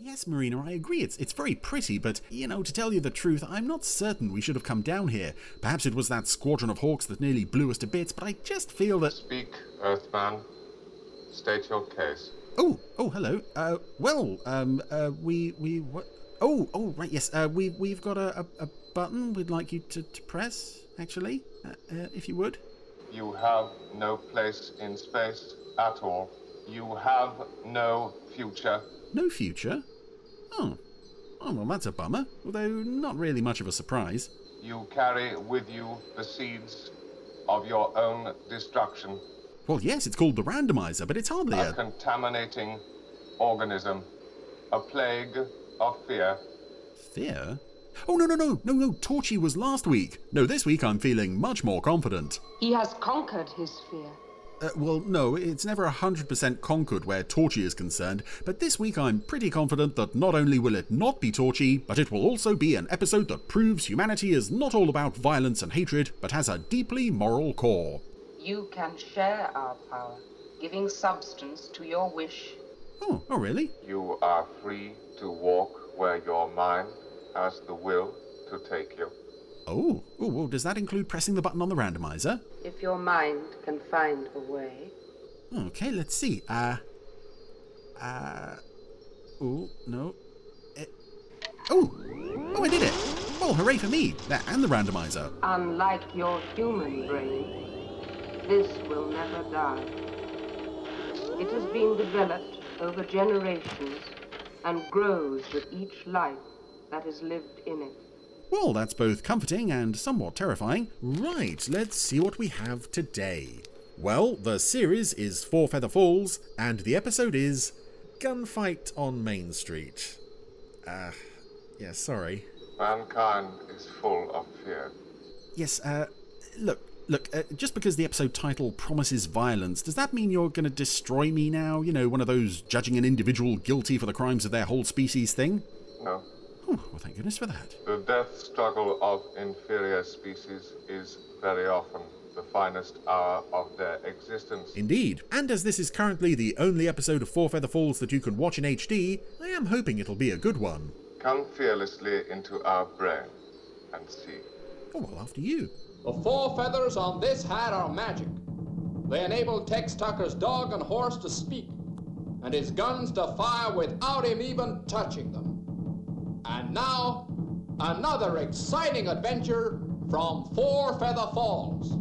Yes, Marina, I agree. It's, it's very pretty, but, you know, to tell you the truth, I'm not certain we should have come down here. Perhaps it was that squadron of hawks that nearly blew us to bits, but I just feel that. Speak, Earthman. State your case. Oh, oh, hello. Uh, well, um, uh, we, we, what? Oh, oh, right, yes. Uh, we, we've got a, a, a button we'd like you to, to press, actually, uh, uh, if you would. You have no place in space at all. You have no future. No future? Oh. Oh, well, that's a bummer, although not really much of a surprise. You carry with you the seeds of your own destruction. Well, yes, it's called the randomizer, but it's hardly A a. contaminating organism. A plague of fear. Fear? Oh, no, no, no, no, no, Torchy was last week. No, this week I'm feeling much more confident. He has conquered his fear. Uh, well, no, it's never 100% conquered where Torchy is concerned, but this week I'm pretty confident that not only will it not be Torchy, but it will also be an episode that proves humanity is not all about violence and hatred, but has a deeply moral core. You can share our power, giving substance to your wish. Oh, oh, really? You are free to walk where your mind has the will to take you. Oh, oh, well, does that include pressing the button on the randomizer? If your mind can find a way. Okay, let's see. Uh. Uh. Oh, no. Eh, oh! Oh, I did it! Well, hooray for me! That and the randomizer. Unlike your human brain, this will never die. It has been developed over generations and grows with each life that is lived in it. Well, that's both comforting and somewhat terrifying. Right, let's see what we have today. Well, the series is Four Feather Falls, and the episode is Gunfight on Main Street. Uh, yeah, sorry. Mankind is full of fear. Yes, uh, look, look, uh, just because the episode title promises violence, does that mean you're going to destroy me now? You know, one of those judging an individual guilty for the crimes of their whole species thing? No. Oh, well, thank goodness for that. The death struggle of inferior species is very often the finest hour of their existence. Indeed. And as this is currently the only episode of Four Feather Falls that you can watch in HD, I am hoping it'll be a good one. Come fearlessly into our brain and see. Oh, well, after you. The four feathers on this hat are magic. They enable Tex Tucker's dog and horse to speak, and his guns to fire without him even touching them. And now, another exciting adventure from Four Feather Falls.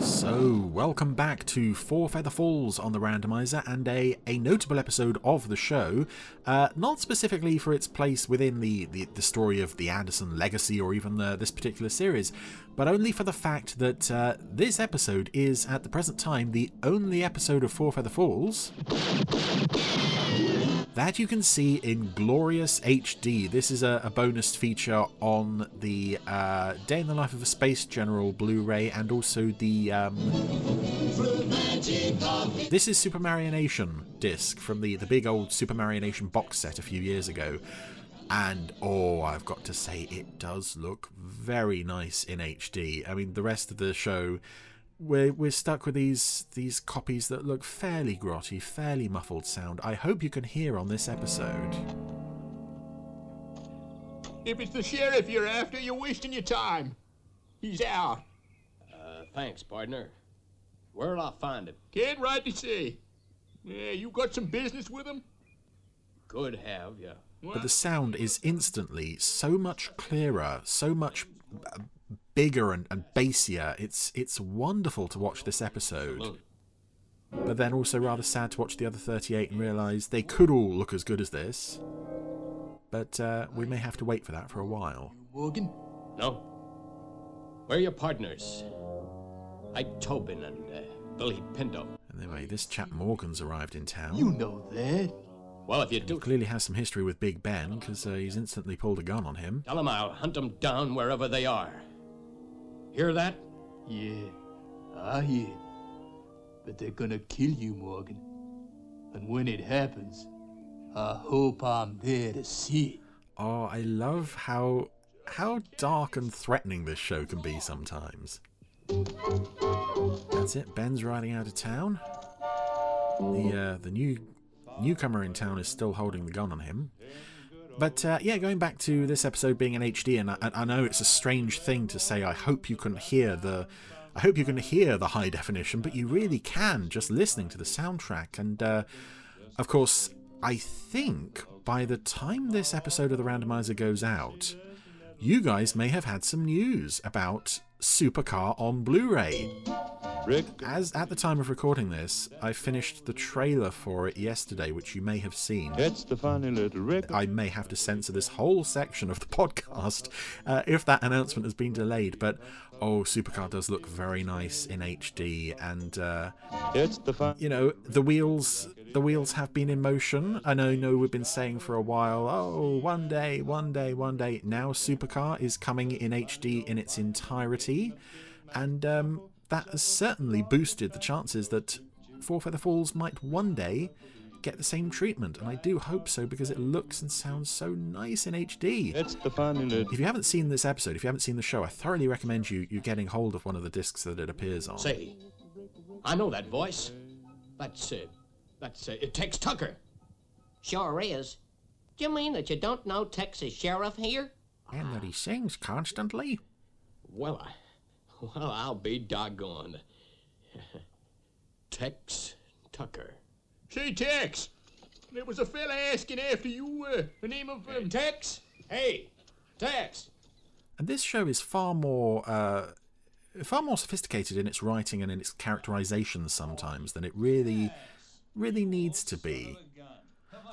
So, welcome back to Four Feather Falls on the Randomizer and a, a notable episode of the show, uh, not specifically for its place within the, the, the story of the Anderson legacy or even the, this particular series, but only for the fact that uh, this episode is, at the present time, the only episode of Four Feather Falls that you can see in glorious HD. This is a, a bonus feature on the uh, Day in the Life of a Space General Blu-ray and also the. Um, this is Super Mario Nation disc from the the big old Super Mario Nation box set a few years ago. And oh, I've got to say, it does look very nice in HD. I mean, the rest of the show, we're we're stuck with these these copies that look fairly grotty, fairly muffled sound. I hope you can hear on this episode. If it's the sheriff you're after, you're wasting your time. He's out. Uh, thanks, partner. Where'll I find him? Can't rightly say. Yeah, you got some business with him? Could have, yeah. but the sound is instantly so much clearer, so much uh, bigger and, and bassier. It's it's wonderful to watch this episode. But then also rather sad to watch the other 38 and realise they could all look as good as this. But uh, we may have to wait for that for a while. Morgan? No. Where are your partners? Ike Tobin and uh, Billy Pinto. Anyway, this chap Morgan's arrived in town. You know that. Well, if you He do, clearly has some history with Big Ben because uh, he's instantly pulled a gun on him. tell them I'll hunt them down wherever they are. Hear that? Yeah, I hear. But they're gonna kill you, Morgan. And when it happens, I hope I'm there to see Oh, I love how how dark and threatening this show can be sometimes. it. That's it. Ben's riding out of town. The uh, the new newcomer in town is still holding the gun on him. But uh, yeah, going back to this episode being an HD, and I, I know it's a strange thing to say. I hope you can hear the, I hope you can hear the high definition, but you really can just listening to the soundtrack. And uh, of course, I think by the time this episode of the randomizer goes out, you guys may have had some news about Supercar on Blu-ray. As at the time of recording this, I finished the trailer for it yesterday, which you may have seen. It's the funny little Rick. I may have to censor this whole section of the podcast uh, if that announcement has been delayed. But oh, Supercar does look very nice in HD, and uh, It's the fun. you know the wheels the wheels have been in motion. I know, know we've been saying for a while, oh, one day, one day, one day. Now Supercar is coming in HD in its entirety, and um, that has certainly boosted the chances that Four Feather Falls might one day get the same treatment, and I do hope so because it looks and sounds so nice in HD. It's the funny little. If you haven't seen this episode, if you haven't seen the show, I thoroughly recommend you you getting hold of one of the discs that it appears on. Say, I know that voice. That's, uh, that's, uh, it Tex Tucker. Sure is. Do you mean that you don't know Texas Sheriff here? And that he sings constantly. Well, I, well, I'll be doggone. Tex Tucker. Say, Tex, there was a fella asking after you, uh, the name of um, Tex? Hey, Tex. And this show is far more uh, far more sophisticated in its writing and in its characterization sometimes than it really really needs to be.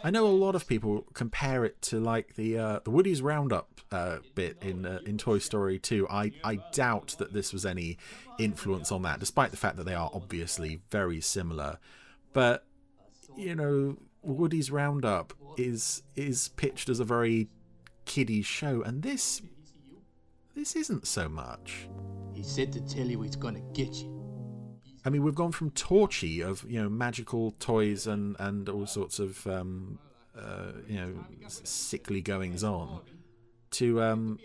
I know a lot of people compare it to like the uh, the Woody's Roundup uh, bit in uh, in Toy Story 2. I I doubt that this was any influence on that, despite the fact that they are obviously very similar. But you know, Woody's Roundup is is pitched as a very kiddie show, and this this isn't so much. He said to tell you he's gonna get you. I mean, we've gone from Torchy of you know magical toys and and all sorts of um, uh, you know s- sickly goings on to um,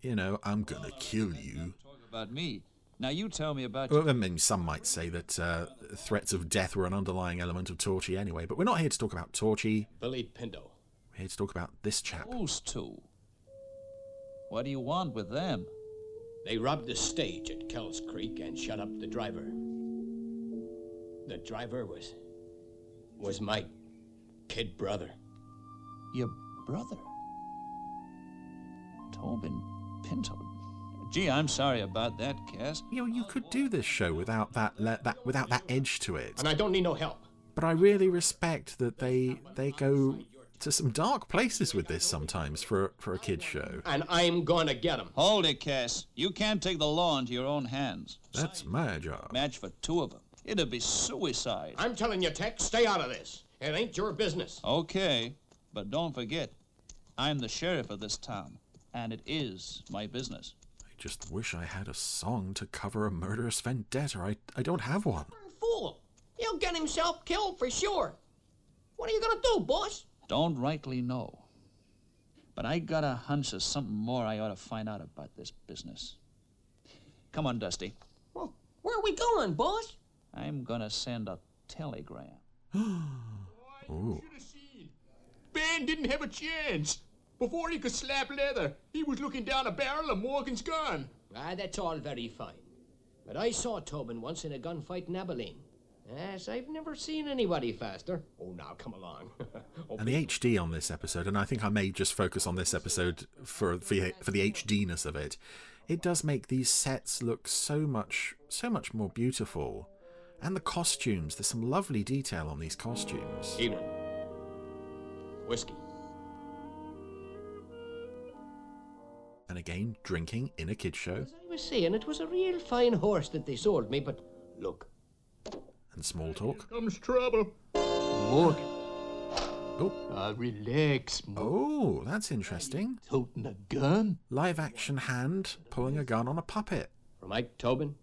you know I'm gonna kill you. about me. Now you tell me about Well, I mean, some might say that uh, threats of death were an underlying element of Torchy anyway, but we're not here to talk about Torchy. Billy Pindo. We're here to talk about this chap. those two. What do you want with them? They robbed the stage at Kells Creek and shut up the driver. The driver was. was my kid brother. Your brother. Tobin Pinto. Gee, I'm sorry about that, Cass. You know, you could do this show without that le- that without that edge to it. And I don't need no help. but I really respect that they they go to some dark places with this sometimes for for a kids show. And I'm gonna get him. Hold it, Cass. You can't take the law into your own hands. That's my job. Match for two of them. It'd be suicide. I'm telling you, Tex, stay out of this. It ain't your business. Okay, but don't forget, I'm the sheriff of this town, and it is my business. I just wish I had a song to cover a murderous vendetta. I I don't have one. Fool! He'll get himself killed for sure. What are you gonna do, boss? Don't rightly know. But I got a hunch there's something more I ought to find out about this business. Come on, Dusty. Well, where are we going, boss? I'm gonna send a telegram. Ooh. Ben didn't have a chance. Before he could slap leather, he was looking down a barrel of Morgan's gun. Ah, that's all very fine. But I saw Tobin once in a gunfight in Abilene. Yes, I've never seen anybody faster. Oh, now come along. Oh, And the HD on this episode, and I think I may just focus on this episode for for, the- for the HDness of it. It does make these sets look so much so much more beautiful, and the costumes. There's some lovely detail on these costumes. Evening. Whiskey. And again, drinking in a kids show. As I was saying, it was a real fine horse that they sold me, but Look. and small talk. Comes trouble. Morgan. Oh. Ah, relax, Morgan. Oh, that's interesting. Toting a gun? Live action hand pulling a gun on a puppet. From Ike Tobin?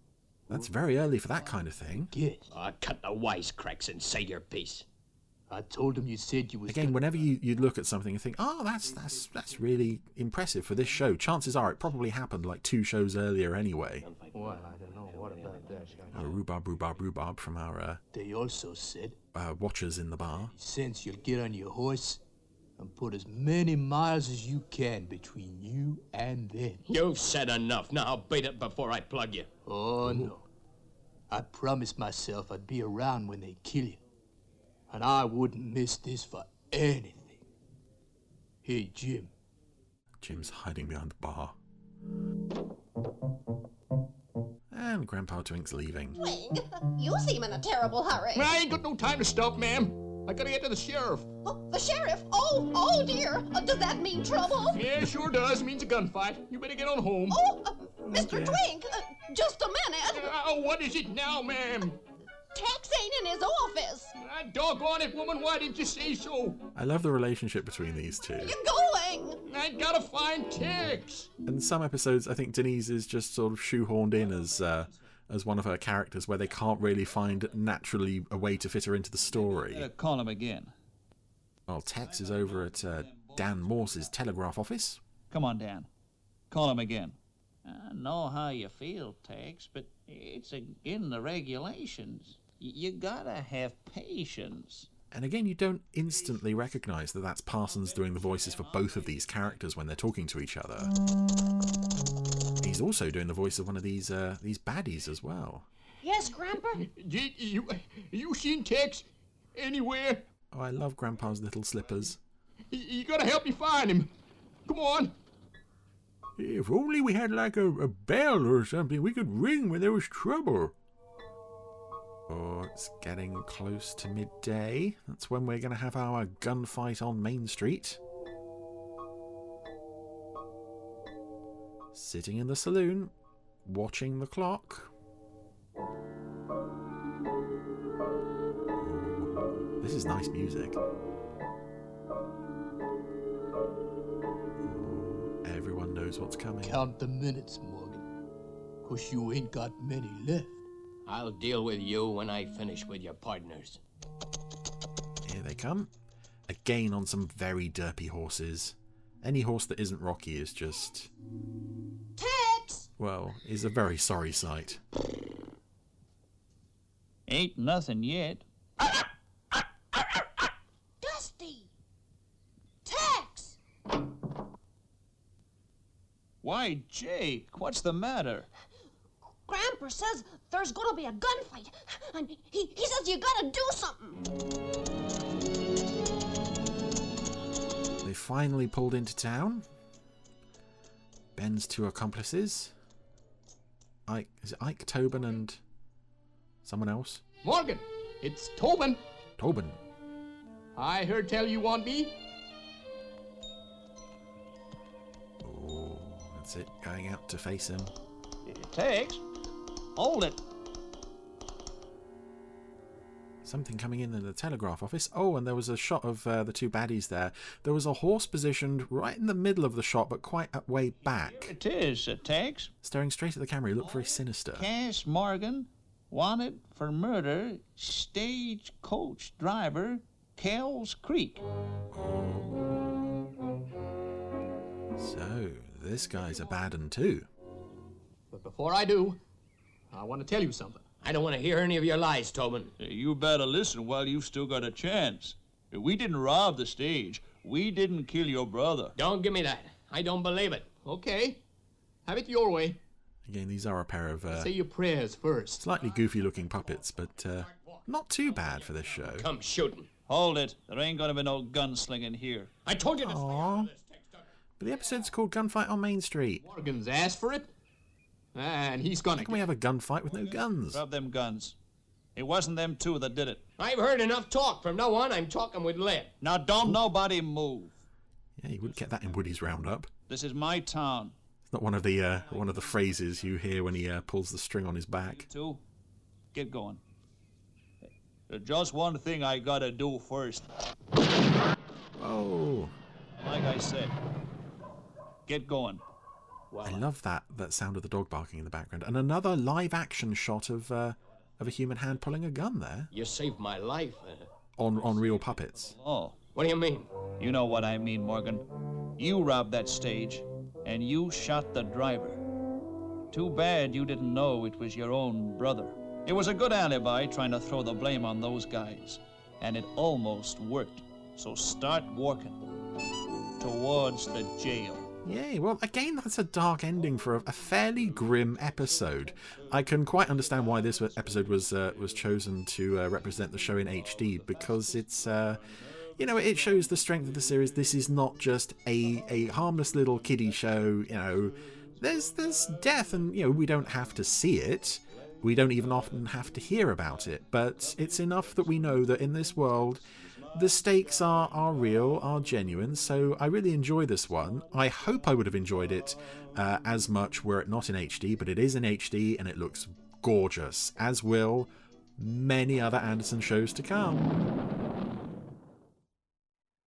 That's very early for that kind of thing. Yes. Ah, cut the wisecracks and say your piece. I told him you said you was Again, whenever you, you look at something and think, oh, that's that's that's really impressive for this show, chances are it probably happened like two shows earlier anyway. Well, I don't know. What about that? Jack? Uh, rhubarb, rhubarb, rhubarb from our uh, They also said, uh, watchers in the bar. since you'll get on your horse and put as many miles as you can between you and them. You've said enough. Now beat it before I plug you. Oh, no. I promised myself I'd be around when they kill you. And I wouldn't miss this for anything. Hey, Jim, Jim's hiding behind the bar. And Grandpa Twink's leaving. Wing, you seem in a terrible hurry. I ain't got no time to stop, ma'am. I gotta get to the sheriff. Oh, the sheriff. Oh, oh dear. Uh, does that mean trouble? Yeah, sure does. Means a gunfight. You better get on home. Oh, uh, Mr. Twink, uh, just a minute. Oh, what is it now, ma'am? Tex ain't in his office. Ah, doggone it, woman. Why didn't you say so? I love the relationship between these two. You're going. I gotta find Tex. In some episodes, I think Denise is just sort of shoehorned in as uh, as one of her characters, where they can't really find naturally a way to fit her into the story. Better call him again. Well, Tex is over at uh, Dan Morse's telegraph office. Come on, Dan. Call him again. I know how you feel, Tex, but it's in the regulations. You gotta have patience. And again, you don't instantly recognize that that's Parsons doing the voices for both of these characters when they're talking to each other. He's also doing the voice of one of these uh, these baddies as well. Yes, Grandpa. Did you, you seen Tex anywhere? Oh, I love Grandpa's little slippers. You, you gotta help me find him. Come on. If only we had like a, a bell or something we could ring when there was trouble. Oh, it's getting close to midday. That's when we're going to have our gunfight on Main Street. Sitting in the saloon, watching the clock. This is nice music. Everyone knows what's coming. count the minutes, Morgan. 'Cause you ain't got many left. I'll deal with you when I finish with your partners. Here they come. Again on some very derpy horses. Any horse that isn't Rocky is just, Tex. well, is a very sorry sight. Ain't nothing yet. Dusty. Tex. Why, Jake, what's the matter? Grandpa says there's gonna be a gunfight, and he, he says you gotta do something. They finally pulled into town. Ben's two accomplices. Ike, is it Ike Tobin and someone else? Morgan, it's Tobin. Tobin. I heard tell you want me. Oh, that's it. Going out to face him. Tex? Hold it. Something coming in in the telegraph office. Oh, and there was a shot of uh, the two baddies there. There was a horse positioned right in the middle of the shot, but quite a way back. It is, uh, Tex. Staring straight at the camera, he looked very sinister. Cass Morgan, wanted for murder, stagecoach driver, Kells Creek. So, this guy's a bad un too. But before I do, I want to tell you something. I don't want to hear any of your lies, Tobin. You better listen while you've still got a chance. We didn't rob the stage. We didn't kill your brother. Don't give me that. I don't believe it. Okay. Have it your way. Again, these are a pair of uh, Say your prayers first. slightly goofy looking puppets, but uh, not too bad for this show. Come shooting. Hold it. There ain't gonna be no gunslinging here. I told you to stay out Aww. of this, Tex Tucker. But the episode's called Gunfight on Main Street. Morgan's asked for it, and he's gonna. How can we have a gunfight with no guns? Grab them guns. It wasn't them two that did it. I've heard enough talk. From now on, I'm talking with lead. Now don't nobody move. Yeah, you wouldn't get that in Woody's Roundup. This is my town. It's not one of the uh, one of the phrases you hear when he uh, pulls the string on his back. Two, get going. There's just one thing I gotta do first. Oh, Like I said, get going. I love that that sound of the dog barking in the background, and another live action shot of uh, of a human hand pulling a gun there You saved my life. Uh, on on real puppets. Oh, what do you mean? you know what I mean, Morgan. You robbed that stage, and you shot the driver. Too bad you didn't know it was your own brother. It was a good alibi trying to throw the blame on those guys, and it almost worked. So start walking towards the jail. Yay. Well, again, that's a dark ending for a, a fairly grim episode. I can quite understand why this episode was uh, was chosen to uh, represent the show in HD because it's. Uh, you know, it shows the strength of the series. This is not just a, a harmless little kiddie show. You know, there's there's death, and you know we don't have to see it. We don't even often have to hear about it, but it's enough that we know that in this world, the stakes are are real, are genuine. So I really enjoy this one. I hope I would have enjoyed it uh, as much were it not in HD, but it is in HD and it looks gorgeous. As will many other Anderson shows to come.